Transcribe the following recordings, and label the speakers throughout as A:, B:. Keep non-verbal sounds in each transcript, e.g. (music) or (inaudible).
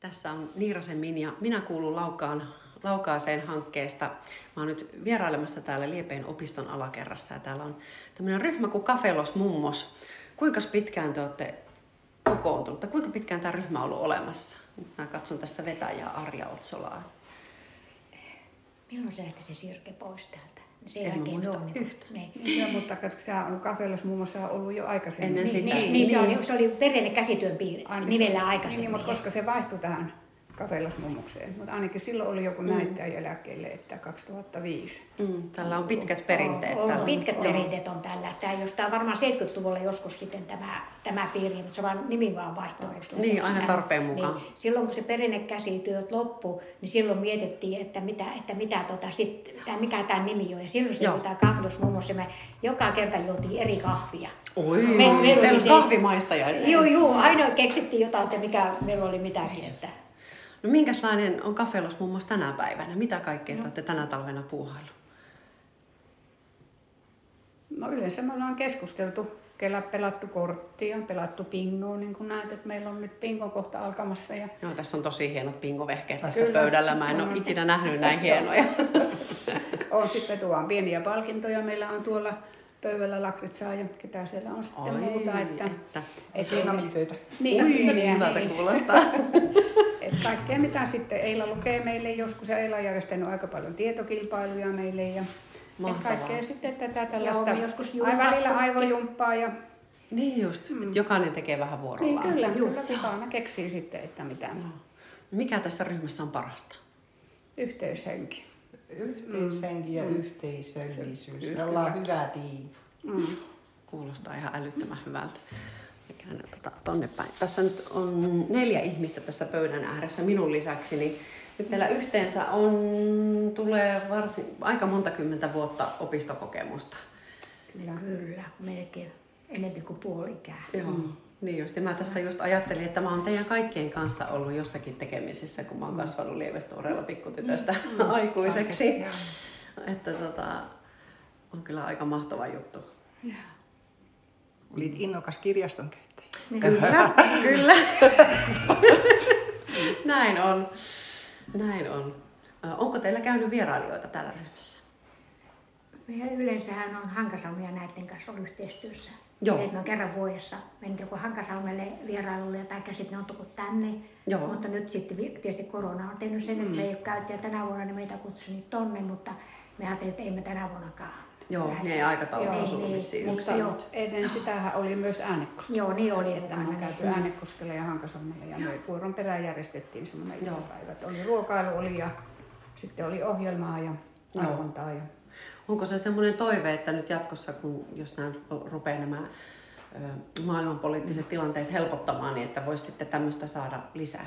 A: Tässä on Niirasen Minja. Minä kuulun Laukaan, Laukaaseen hankkeesta. Mä oon nyt vierailemassa täällä Liepeen opiston alakerrassa ja täällä on tämmöinen ryhmä kuin Kafelos Mummos. Kuinka pitkään te olette kokoontunut? Tai Kuinka pitkään tämä ryhmä on ollut olemassa? Nyt Mä katson tässä vetäjää Arja Otsolaa.
B: Milloin se lähti se sirke pois täältä? No Sen
A: En mä
B: jälkeen
A: muista
B: ole niinku-
A: yhtään.
B: Niin.
C: Joo, mutta kato, sehän on kafelos muun muassa ollut jo aikaisemmin.
A: Ennen
B: Niin,
A: sitä.
B: niin, niin, se oli, se oli perinne käsityön piiri,
C: Ainakin
B: nimellä
C: se-
B: aikaisemmin.
C: Niin, mutta koska se vaihtui tähän kafelosmummukseen. Mutta ainakin silloin oli joku näyttäjä eläkkeelle, että 2005.
A: Mm, tällä on pitkät perinteet.
B: On,
A: Täällä.
B: pitkät
A: on-
B: perinteet on tällä. Tämä jostain varmaan 70-luvulla joskus sitten tämä, tämä piiri, mutta se vaan nimi vaan vaihtoi.
A: Niin, aina tarpeen mukaan.
B: Niin, silloin kun se perinnekäsityöt loppu, niin silloin mietittiin, että, mitä, että mitä tota, sit, tää, mikä tämä nimi on. Ja silloin se
A: Joo.
B: oli tämä kahvilus muun muassa, me joka kerta juotiin eri kahvia.
A: Oi,
B: Me- meillä
A: teillä
B: oli
A: on
B: se-
A: kahvimaistajaisia.
B: Joo, joo, aina keksittiin jotain, että mikä meillä oli mitäkin. Että.
A: No minkälainen on kafelos muun muassa tänä päivänä? Mitä kaikkea
B: No.
A: te olette tänä talvena puuhailu?
C: No yleensä me ollaan keskusteltu, kellä pelattu korttia, pelattu pingoa, niin kuin näet, että meillä on nyt pingo kohta alkamassa. Ja
A: Joo, tässä on tosi hienot pingovehkeet tässä
C: Kyllä. Mm-hmm.
A: pöydällä. Mä en ole
C: On.
A: ikinä nähnyt näin hienoja.
C: on sitten tuon pieniä palkintoja, meillä on tuolla pöydällä lakritsaa ja ketä siellä on sitten
A: Ai,
C: muuta. Että,
A: että.
C: et-
D: Vietnamipöytä.
C: Niin, kyllä,
A: Ui, hyvältä
C: niin. (laughs)
A: kuulostaa.
C: Et kaikkea mitä sitten Eila lukee meille joskus ja Eila on järjestänyt aika paljon tietokilpailuja meille ja et
A: Mahtavaa.
C: kaikkea sitten tätä tällaista
B: me joskus
C: ai välillä
B: jumpattukin.
C: aivojumppaa ja
A: Niin just, että jokainen tekee vähän
C: Mm. niin
A: vuorollaan.
C: kyllä, kyllä kukaan aina keksii sitten, että mitä
A: Mikä tässä ryhmässä on parasta?
C: yhteyshenki.
D: Yhteishenki ja yhteisöllisyys. Me ollaan hyvä tiimi.
C: Mm.
A: Kuulostaa ihan älyttömän hyvältä. Mikä ne, tota, tonne päin. Tässä nyt on neljä ihmistä tässä pöydän ääressä minun lisäksi, niin nyt teillä yhteensä on, tulee varsin, aika monta kymmentä vuotta opistokokemusta.
C: Kyllä.
B: Kyllä, melkein enemmän kuin puoli ikää.
A: Joo. Niin just, ja mä tässä just ajattelin, että mä oon teidän kaikkien kanssa ollut jossakin tekemisissä, kun mä oon kasvanut lievestuoreella pikkutytöstä (laughs) aikuiseksi. Että tota, on kyllä aika mahtava juttu.
D: Olit innokas kirjaston käyttäjä.
B: No, Niin.
A: (laughs) Kyllä, kyllä. Näin on. Näin on. Ö, Onko teillä käynyt vierailijoita täällä ryhmässä?
B: Meillä yleensähän on Hankasalmia näiden kanssa ollut yhteistyössä.
A: Joo.
B: Et ne on kerran vuodessa mennyt joko Hankasalmelle vierailulle tai sitten ne on tullut tänne.
A: Joo. Mm.
B: Mutta nyt sitten vi- tietysti korona on tehnyt sen, että ei ole käyty ja tänä vuonna ne meitä kutsui tonne, mutta me ajattelin, että ei me tänä vuonnakaan.
A: Joo,
B: lähdetä.
A: ne ei aikataulu
B: Joo,
A: osunut
B: niin,
A: vissiin
B: Mutta
C: Mutta
B: joo,
C: ennen sitähän oli myös äänekoski.
B: joo, niin oli.
C: Että me on käyty Äänekoskella ja Hankasalmella ja me vuoron perään järjestettiin semmoinen
A: Joo.
C: iltapäivä. että Oli ruokailu oli ja sitten oli ohjelmaa ja
A: Joo.
C: arvontaa ja
A: Onko se semmoinen toive, että nyt jatkossa, kun jos nämä rupeaa nämä ö, maailmanpoliittiset tilanteet helpottamaan, niin että voisi sitten tämmöistä saada lisää?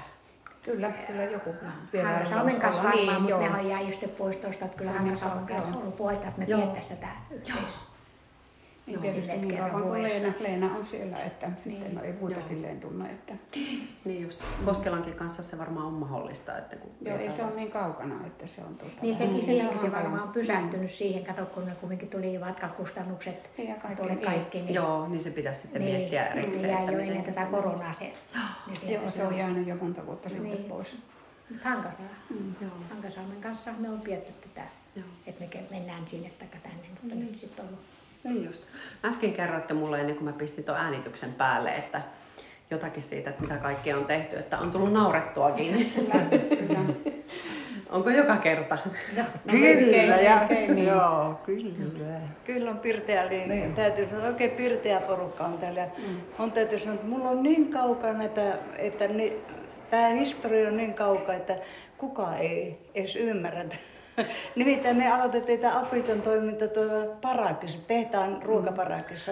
C: Kyllä, kyllä joku vielä
B: Hankasalmen
C: haluaisi
B: kanssa
C: olla.
B: varmaan, mutta
A: Niin,
C: joo.
B: nehän jäi just pois tuosta, että kyllä
C: Se on niin
B: Hankasalmen
C: kauan,
B: kanssa on
C: joo.
B: ollut puhetta, että me
A: Joo.
B: pidettäisiin tätä yhteis-
C: Niin
B: Joo,
C: tietysti
B: silleen
C: niin
B: kerran
C: kauan kuin
B: vuodessa.
C: Leena, Leena on siellä, että
B: Niin.
C: sitten no ei muita
A: Joo.
C: silleen tunne. Että,
A: Niin just, Koskelankin kanssa se varmaan on mahdollista. Että kun
C: joo, ei se
A: vietäisiin-
C: ole niin kaukana, että se on tuota...
B: Niin sekin
C: vähän-
B: se,
C: vähän
B: se
C: hankala.
B: varmaan on pysähtynyt siihen, kato kun ne kuitenkin tuli matkakustannukset
C: Niin, ja kaikki,
B: tuli
C: niin.
B: kaikki. Niin,
A: Joo, niin se pitäisi sitten miettiä
B: se
A: erikseen,
B: jäi jo
A: miten
B: ennen tätä
A: se-
B: koronaa se.
C: Mm. Joo, se on jäänyt jo monta vuotta sitten
B: Niin.
C: pois. Mm.
B: Hankasalmen
A: Joo,
B: Hankasalmen kanssa me on pietty tätä,
A: joo.
B: että me ke- mennään sinne tai tänne,
C: Mm.
B: mutta nyt sitten on ollut.
A: Niin just. Äsken kerroitte mulle ennen kuin mä pistin tuon äänityksen päälle, että jotakin siitä, että mitä kaikkea on tehty, että on tullut naurettuakin.
C: Kyllä, kyllä.
A: Onko joka kerta?
C: melkein,
D: ja,
C: melkein niin.
D: joo, kyllä.
E: Kyllä on pirteä linja.
D: Niin.
E: Täytyy sanoa, että oikein pirteä porukka on täällä. Mm. On täytyy sanoa, että mulla on niin kaukana, että, että ni, tämä historia on niin kaukaa, että kukaan ei edes ymmärrä. (laughs) Nimittäin me aloitettiin tämä Apiton toiminta tuolla parakissa, tehtaan ruokaparakissa.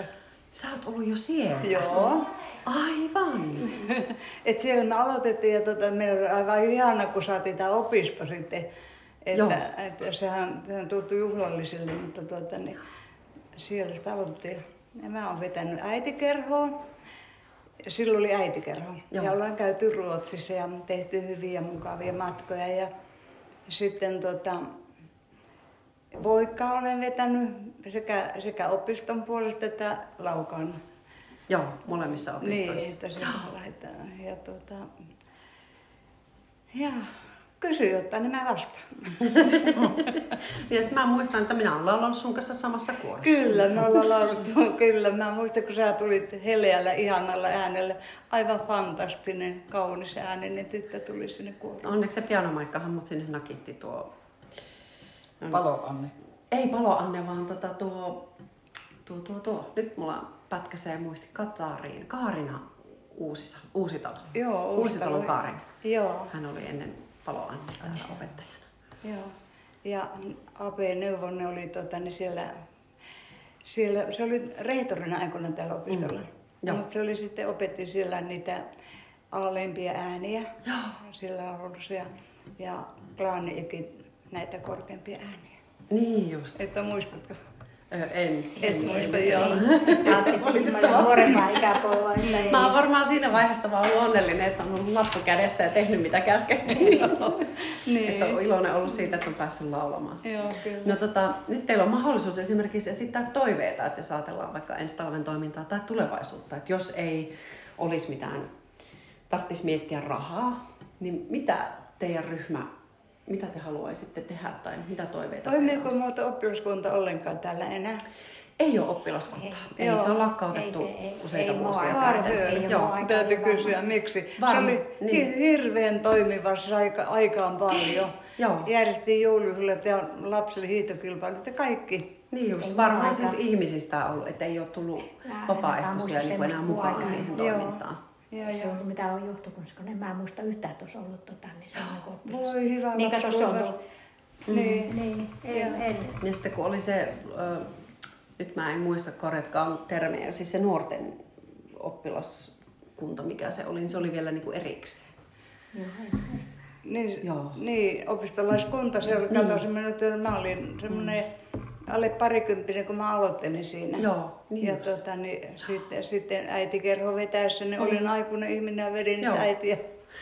A: Sä oot ollut jo siellä.
E: Joo.
A: Aivan.
E: (laughs) Et siellä me aloitettiin ja tota, meillä oli aivan ihana, kun saatiin tämä opisto sitten.
A: Joo.
E: Että, että sehän, sehän tuntui juhlalliselle, mutta tuota, niin, siellä sitä aloitettiin. Ja mä oon vetänyt äitikerhoa. Silloin oli äitikerho.
A: Joo.
E: Ja ollaan käyty Ruotsissa ja tehty hyviä mukavia matkoja. Ja sitten tota, Voikkaa olen vetänyt sekä, sekä opiston puolesta että Laukan
A: Joo, molemmissa
E: niin,
A: opistoissa.
E: että se laitetaan. Ja tuota, Ja kysy jotain, niin mä vastaan.
A: Niin, Ja sit mä muistan, että minä olen laulanut sun kanssa samassa kuorossa.
E: Kyllä, me ollaan laulettu, kyllä. Mä muistan, kun sä tulit heleällä, ihanalla äänellä. Aivan fantastinen, kaunis ääninen tyttö tuli sinne kuoroon.
A: Onneksi se pianomaikkahan mut sinne nakitti tuo...
D: Palo, Anne.
A: Ei palo Anne, vaan tota tuo... Tuo, tuo, tuo. Nyt mulla pätkäsee muisti Katariin. Kaarina Uusisa, Uusitalo.
E: Joo,
A: Uusitalo
E: Uusitalo.
A: Kaarina.
E: Joo,
A: Hän oli ennen palo Anne täällä opettajana.
E: joo. Ja Ape Neuvonen oli tota, niin siellä, siellä, se oli rehtorina aikoina täällä opistolla.
A: joo.
E: Mm. Mutta se oli sitten, opetti siellä niitä alempia ääniä.
A: Joo.
E: Sillä on ollut se ja, ja Klaaniikin näitä korkeampia ääniä.
A: Niin just.
E: Että muistatko?
A: Ö, en.
E: Et muista,
A: (laughs)
E: joo.
B: Valitettavasti. Nuorempaa ikäpolvaa, että ei.
A: Mä oon varmaan siinä vaiheessa vaan ollut onnellinen, että on ollut lappu kädessä ja tehnyt mitä käskettiin. Että on
E: (laughs) Niin.
A: iloinen ollut siitä, että on päässyt laulamaan.
E: Joo, kyllä.
A: No tota, nyt teillä on mahdollisuus esimerkiksi esittää toiveita, että jos ajatellaan vaikka ensi talven toimintaa tai tulevaisuutta, että jos ei olisi mitään, tarvitsisi miettiä rahaa, niin mitä teidän ryhmä, mitä te haluaisitte tehdä tai mitä toiveita teillä
E: Toimiiko
A: on?
E: muuta oppilaskunta ollenkaan täällä enää?
A: Ei ole oppilaskuntaa. Ei,
E: Ei.
A: ei se on
E: Joo.
A: lakkautettu
B: Ei se- ei-
A: useita
B: ei
A: vuosia.
B: mua-
A: sitten.
B: ei ole
A: Joo.
B: mua- Aika
E: Täytyy
B: hyvä.
E: kysyä, miksi.
A: Varma-
E: se oli
A: niin.
E: niin. hirveän toimiva se aika, aikaan paljon.
B: (clears throat)
A: Joo.
E: Järjestettiin joulujuhlat ja lapsille hiihtokilpailut ja kaikki.
A: Niin just,
B: Ei
A: varmaan
B: aika-
A: siis ihmisistä on ollut, että ei ole tullut
B: Mä en ainakaan muista
A: vapaaehtoisia niin enää
B: semmoista
A: mukaan
B: aikaa.
A: siihen
E: Joo.
A: toimintaan.
E: Ja,
B: Se
E: ja.
B: on, mitä on johtokunnassa, kun en mä muista yhtään, että olisi ollut tota, niin se on niin kuin
E: Voi hyvä
B: Niin, kato, se on
E: lapsi,
B: ollut.
E: Niin.
B: Niin, en, en.
A: Ja sitten kun oli se, ö, nyt mä en muista korjatkaan termiä, siis se nuorten oppilaskunta, mikä se oli, niin se oli vielä niinku erikseen.
B: Joo, en.
E: Niin,
A: Joo.
E: niin, opistolaiskunta, se oli
B: Niin.
E: kato semmoinen, että mä
B: Mm.
E: olin semmoinen alle parikymppinen, kun mä aloittelin siinä.
A: Joo, niin
E: ja
A: just.
E: tota, niin, sitten, sitten äitikerho vetäessä, niin olin aikuinen ihminen ja vedin
A: Joo.
E: Joo. äitiä.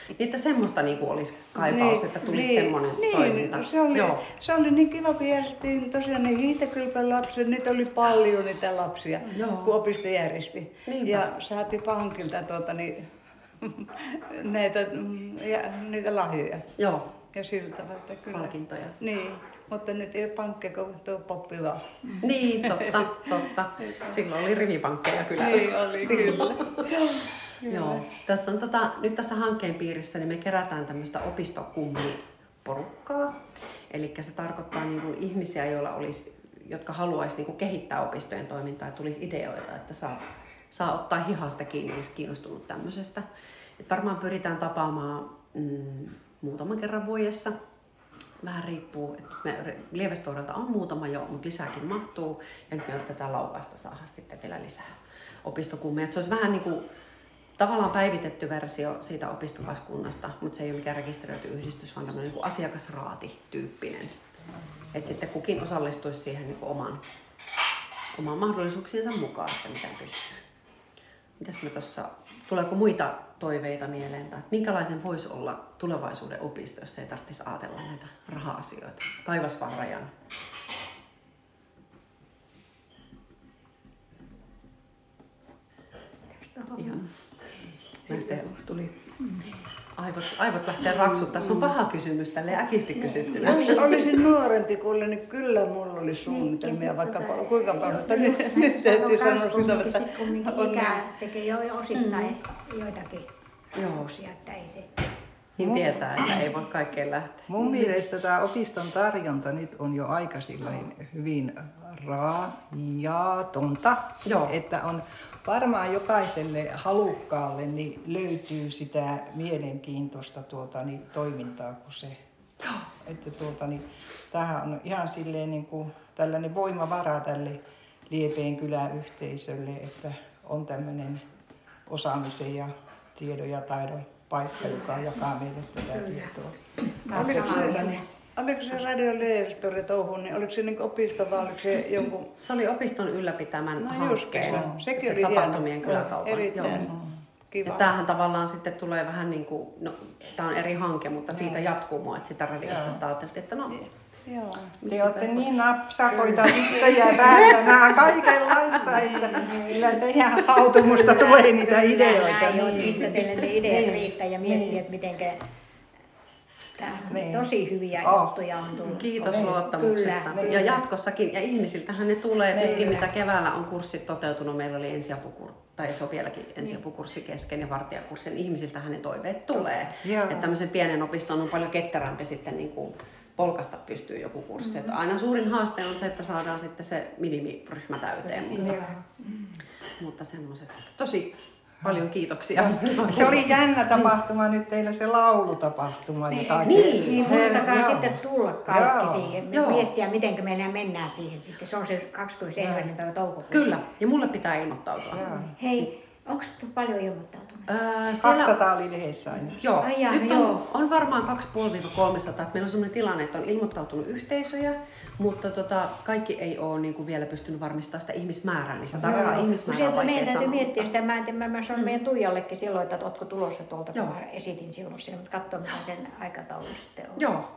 A: Niin, että semmoista niinku olisi kaipaus, että tulisi semmoinen
E: niin,
A: toiminta.
E: Se oli,
A: Joo.
E: se oli niin kiva, kun järjestettiin tosiaan ne hiihtokylpän lapset, niitä oli paljon niitä lapsia,
A: Joo.
E: kun opisto järjesti.
A: Niinpä.
E: Ja saatiin pankilta tuota, niin, (laughs) näitä, mm, ja, niitä lahjoja.
A: Joo,
E: Ja sillä tavalla, että kyllä.
A: palkintoja.
E: Niin, mutta nyt ei ole pankkeja, kun tuo poppi vaan.
A: Niin, totta, totta. Silloin oli rivipankkeja kyllä.
E: Niin oli, kyllä.
A: Joo. Tässä on tota, nyt tässä hankkeen piirissä niin me kerätään tämmöistä opistokummiporukkaa. Eli se tarkoittaa niin kuin ihmisiä, joilla olisi, jotka haluaisi niin kuin kehittää opistojen toimintaa ja tulisi ideoita, että saa, saa ottaa hihasta kiinni, olisi kiinnostunut tämmöisestä. Et varmaan pyritään tapaamaan mm, muutaman kerran vuodessa. Vähän riippuu, että me yri- Lievestuorelta on muutama jo, mutta lisääkin mahtuu. Ja nyt me yritetään laukaasta saada sitten vielä lisää opistokummeja. Et Se olisi vähän niin kuin tavallaan päivitetty versio siitä opistolaiskunnasta, mutta se ei ole mikään rekisteröity yhdistys, vaan tämmöinen niin asiakasraati-tyyppinen. Et sitten kukin osallistuisi siihen niin kuin oman, oman mahdollisuuksiensa mukaan, että mitä pystyy. Mitäs me tuossa, tuleeko muita toiveita mieleen, tai että minkälaisen voisi olla tulevaisuuden opisto, jos ei tarvitsisi ajatella näitä raha-asioita? Taivas vaan rajan.
E: Mm.
A: Ihan. Lähtee, tuli. Aivot, aivot lähtee raksuttaa. Se on paha kysymys tälle äkisti kysyttynä.
E: Jos olisin nuorempi kuin niin kyllä mulla oli
B: Niin,
E: suunnitelmia, vaikka pal- kuinka paljon. Mutta nyt, nyt täytyy sanoa sitä, että
B: on
E: on
B: ikä
E: niin.
B: tekee jo jo osittain
A: Mm.
B: joitakin
A: Joo.
B: osia, että ei se.
A: Niin tietää, että ei voi kaikkeen lähteä.
D: Mun mielestä tämä opiston tarjonta nyt on jo aika sillain hyvin raajatonta,
A: Joo.
D: että on varmaan jokaiselle halukkaalle niin löytyy sitä mielenkiintoista tuota, niin, toimintaa kuin se. Että tuota, niin, tämähän on ihan silleen niin kuin tällainen voimavara tälle Liepeen kyläyhteisölle, että on tämmöinen osaamisen ja tiedon ja taidon paikka, joka jakaa meille tätä tietoa.
B: Mä oon
E: Oliko
B: samaa
E: se,
B: mieltä.
E: oliko se Radio Leestori touhu, niin oliko se niin opisto vai oliko se jonkun
A: Se oli opiston ylläpitämän
E: No just,
A: hankkeen,
E: se on. Sekin
A: se
E: oli hieno.
A: tapahtumien kyläkaupan.
E: erittäin
A: Joo. Ja
E: kiva?
A: tämähän tavallaan sitten tulee vähän niin kuin, no tämä on eri hanke, mutta
E: Niin.
A: siitä jatkumoa, että sitä radiosta sitä ajateltiin, että no
E: Joo.
D: Te olette niin napsakoita tyttöjä päättämään kaikenlaista, että kyllä teidän hautumusta tulee niitä
B: Kyllä,
D: ideoita.
B: näin on.
D: Niin.
B: Mistä teille ne ideat
D: Niin.
B: riittää ja miettiä,
D: Niin.
B: että mitenkä Tämähän
D: Niin.
B: tosi hyviä
D: Oh.
B: juttuja on tullut.
A: Kiitos
D: Niin,
A: luottamuksesta.
B: kyllä,
D: niin.
A: ja jatkossakin, ja ihmisiltähän ne tulee,
D: Niin.
A: pitkin mitä keväällä on kurssit toteutunut, meillä oli ensiapukurssi, tai se on vieläkin ensiapukurssi kesken ja vartijakurssi, niin ihmisiltähän ne toiveet tulee.
D: Joo.
A: Että tämmöisen pienen opiston on paljon ketterämpi sitten niin kuin polkasta pystyy joku kurssi. Että
D: Mm-hmm.
A: aina suurin haaste on se, että saadaan sitten se minimiryhmä täyteen,
E: niin.
A: mutta, mutta semmoiset. Tosi paljon kiitoksia.
D: Se oli jännä tapahtuma nyt teillä se laulutapahtuma. Jota
A: Niin.
B: Niin muistakaa
D: Joo.
B: sitten tulla kaikki
D: Joo.
B: siihen.
A: Joo.
B: Miettiä, miten meillä mennään siihen sitten. Se on se 21. päivä toukokuuta.
A: Kyllä, ja mulle pitää ilmoittautua.
D: Joo.
B: Hei, onko paljon ilmoittautuneita?
A: Öö, siellä-
D: 200 oli lehdessä aina.
A: Joo,
B: Ai jaa,
A: nyt
B: no
A: on,
B: joo.
A: on varmaan 2,5-300. että Meillä on sellainen tilanne, että on ilmoittautunut yhteisöjä, mutta tota, kaikki ei ole niin kuin vielä pystynyt varmistamaan sitä ihmismäärää, niin se tarkkaa
D: Joo.
B: No
A: ihmismäärää on
B: sieltä
A: vaikea
B: meidän täytyy
A: sanoa,
B: miettiä
A: mutta- Mm.
B: sitä. Mä en tiedä, mä sanoin meidän Tuijallekin silloin, että ootko tulossa tuolta, kun
A: Joo.
B: mä esitin silloin sen, mutta katsoa mitä sen aikataulu sitten on.
A: Joo.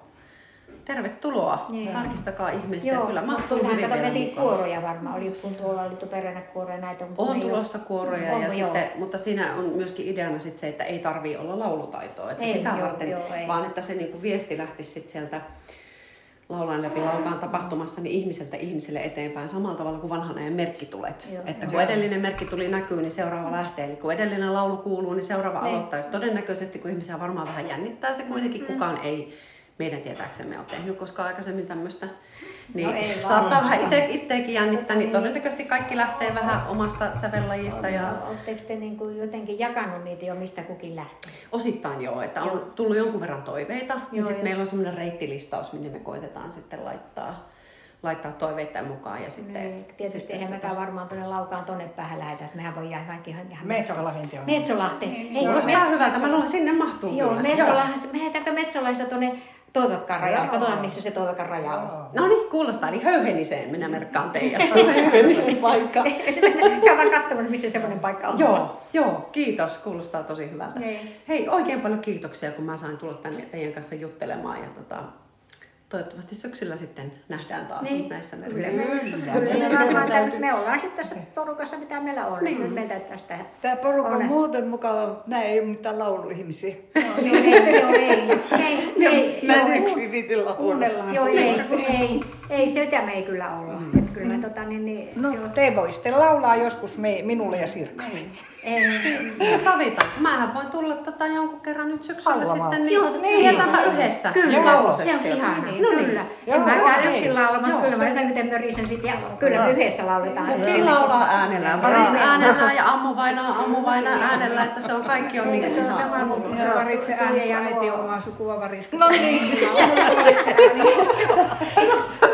A: Tervetuloa.
B: Niin.
A: Tarkistakaa ihmeessä. ja Kyllä mahtuu
B: kyllähän
A: hyvin
B: kato,
A: vielä
B: meillä
A: mukaan.
B: kuoroja varmaan, oli kun tuolla oli tuperänä kuoroja näitä. mutta
A: On
B: ne ei ole-
A: tulossa kuoroja,
B: Onko,
A: ja
B: joo.
A: sitten, mutta siinä on myöskin ideana sit se, että ei tarvii olla laulutaitoa, että
B: Ei,
A: sitä
B: joo,
A: varten,
B: joo, ei.
A: vaan että se niinku viesti lähtisi sit sieltä laulain läpi laukaan tapahtumassa niin ihmiseltä ihmiselle eteenpäin samalla tavalla kuin vanhan ajan merkkitulet.
B: Joo. Mm.
A: että kun edellinen merkkituli näkyy, niin seuraava lähtee. Eli kun edellinen laulu kuuluu, niin seuraava
B: Niin. Mm-hmm.
A: aloittaa. Todennäköisesti, kun ihmisiä varmaan vähän jännittää se kuitenkin, kukaan ei meidän tietääksemme ole tehnyt koskaan aikaisemmin tämmöistä. Niin
B: No ei varmaan.
A: saattaa vähän ite, itteekin jännittää, niin todennäköisesti kaikki lähtee vähän omasta sävellajista ja
B: No, Oletteko te niin kuin jotenkin jakanut niitä jo, mistä kukin lähtee?
A: Osittain joo, että
B: Joo.
A: on tullut jonkun verran toiveita. ja
B: Joo,
A: sitten
B: joo.
A: meillä on semmoinen reittilistaus, minne me koitetaan sitten laittaa, laittaa toiveita mukaan. Ja sitten,
B: Niin, tietysti
A: sitten
B: eihän
A: tota-
B: mekään varmaan tuonne laukaan tonne päähän lähetä, että mehän voi jäädä vaikka ihan, ihan
D: Metsolahden teon.
B: Metsolahteen. Ei,
A: No,
B: kun
A: Kuulostaa hyvältä, mä luulen, sinne mahtuu
B: Joo,
A: kyllä.
B: Metsolahden, me lähdetäänkö Metsolaista tuonne Toivakkaan rajalle,
D: Joo.
B: katsotaan missä se Toivakkaan raja on.
A: No niin, kuulostaa. Eli höyheniseen minä merkkaan teidät. Se on se höyhenisen
B: (laughs)
A: paikka.
B: Käydään katsomassa, missä semmoinen paikka on.
A: joo, joo, kiitos. Kuulostaa tosi hyvältä.
B: Niin.
A: Hei, oikein paljon kiitoksia, kun mä sain tulla tänne teidän kanssa juttelemaan. Ja tota, toivottavasti syksyllä sitten nähdään taas
B: Niin.
A: näissä
B: Kyllä.
A: merkeissä.
D: Kyllä.
B: Kyllä,
D: Meidän
B: me
D: kerran
B: ollaan
D: täytyy
B: tämän- Me ollaan sitten tässä porukassa, mitä meillä on. Niin. Nyt meitä tästä.
E: Tämä porukka on
B: Ole.
E: muuten mukava. Nämä ei ole mitään lauluihmisiä.
B: Joo, ei, joo, ei, ei,
A: Niin.
B: ei.
E: Mä
B: joo.
E: en yksi vitillä
C: Kuunnellaan
B: Joo,
C: se.
B: ei, ei, ei, sitä me ei kyllä olla. Et Kyllä
A: Mm.
B: me tota niin, niin
D: No te voisitte laulaa joskus me, minulle ja Sirkalle.
B: ei,
A: Niin, Savita, mähän voin tulla tota jonkun kerran nyt syksyllä
D: Haluaa
A: sitten,
D: vaan.
A: niin,
B: Joo,
A: niin.
D: niin.
A: jätäpä yhdessä.
B: Kyllä,
A: Joo,
B: se on ihana.
A: No
B: No
A: niin.
B: kyllä.
D: Joo,
B: en mä käy
D: okei.
B: yksin laulamaan,
A: Joo,
B: mutta kyllä mä
A: se-
B: jotenkin mörisen sit ja kyllä yhdessä lauletaan.
A: Kukin laulaa äänellään, paris äänellään ja ammu vainaa, ammu vainaa äänellään, että se on kaikki on niin
B: Eikä se ole
A: ihanaa.
B: sama kuin
C: Se variksen
B: Tuija
C: ääni,
B: ja
C: kun äiti on
B: Noora.
C: omaa sukua variksen.
D: No niin.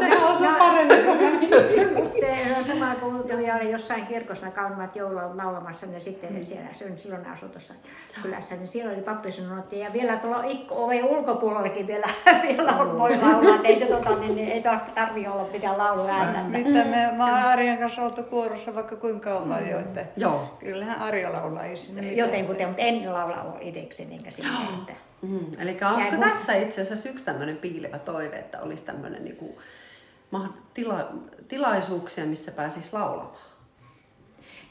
A: Se on se paremmin kuin
B: Se on sama kuin Tuija oli jossain kirkossa kaunimat joulua laulamassa ja sitten siellä sen silloin asui tuossa kylässä, niin siellä oli pappi sanonut, että ja vielä tuolla ikku oven ulkopuolellakin vielä, (laughs) vielä on voi laulaa, että ei se tota, niin, niin ei tarvi olla mitään laulu ääntä.
E: Mitä me, mä oon Arjan kanssa oltu kuorossa vaikka kuinka kauan jo, että
A: Joo.
E: kyllähän Arja laulaa, ei sinne mitään.
B: Jotenkuten, mutta en laula itsekseni enkä sinne. Että.
A: Mm, eli
B: Jäi
A: olisiko
B: mun-
A: tässä itse asiassa yksi tämmöinen piilevä toive, että olisi tämmöinen niinku mah- tila- tilaisuuksia, missä pääsisi laulamaan?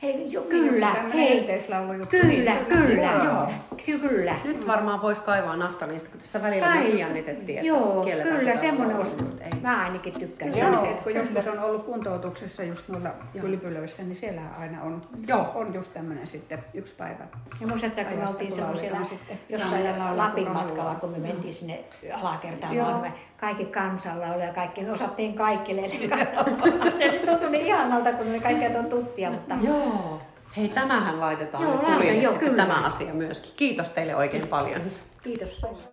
B: Hei, jo, kyllä,
C: Tämmöinen
B: hei.
C: yhteislaulujuttu.
B: Kyllä, kyllä,
D: Joo.
B: Ky- kyllä.
A: Nyt varmaan voisi kaivaa naftalista, kun tässä välillä
B: Ai,
A: me jännitettiin, että
B: Joo,
A: kielletäänkö
B: kyllä,
A: tämä
B: semmoinen
A: laulu,
B: olisi.
A: mutta ei.
B: Mä ainakin tykkään.
C: Se on
D: Joo.
C: se, että kun joskus on ollut kuntoutuksessa just noilla kylpylöissä, niin siellä aina on,
A: Joo.
C: on just tämmöinen sitten yksi päivä.
B: Ja muistatko, kun me
C: Ajasta,
B: oltiin
C: kun
B: semmoisella
C: lauletaan sitten. Saa
B: jossain
C: laulaa,
B: Lapin
C: kuka
B: matkalla,
C: haluaa.
B: kun me mentiin sinne alakertaan,
E: Joo.
B: me kaikki kansalla oli ja kaikki, me osattiin kaikille. Eli se nyt tuntui niin ihanalta, kun me kaikkia on tuttia, mutta
A: Joo. Hei, tämähän laitetaan
B: Joo,
A: nyt
B: laitetaan,
A: tulille
B: joo,
A: sitten
B: kyllä.
A: tämä asia myöskin. Kiitos teille oikein paljon.
B: kiitos.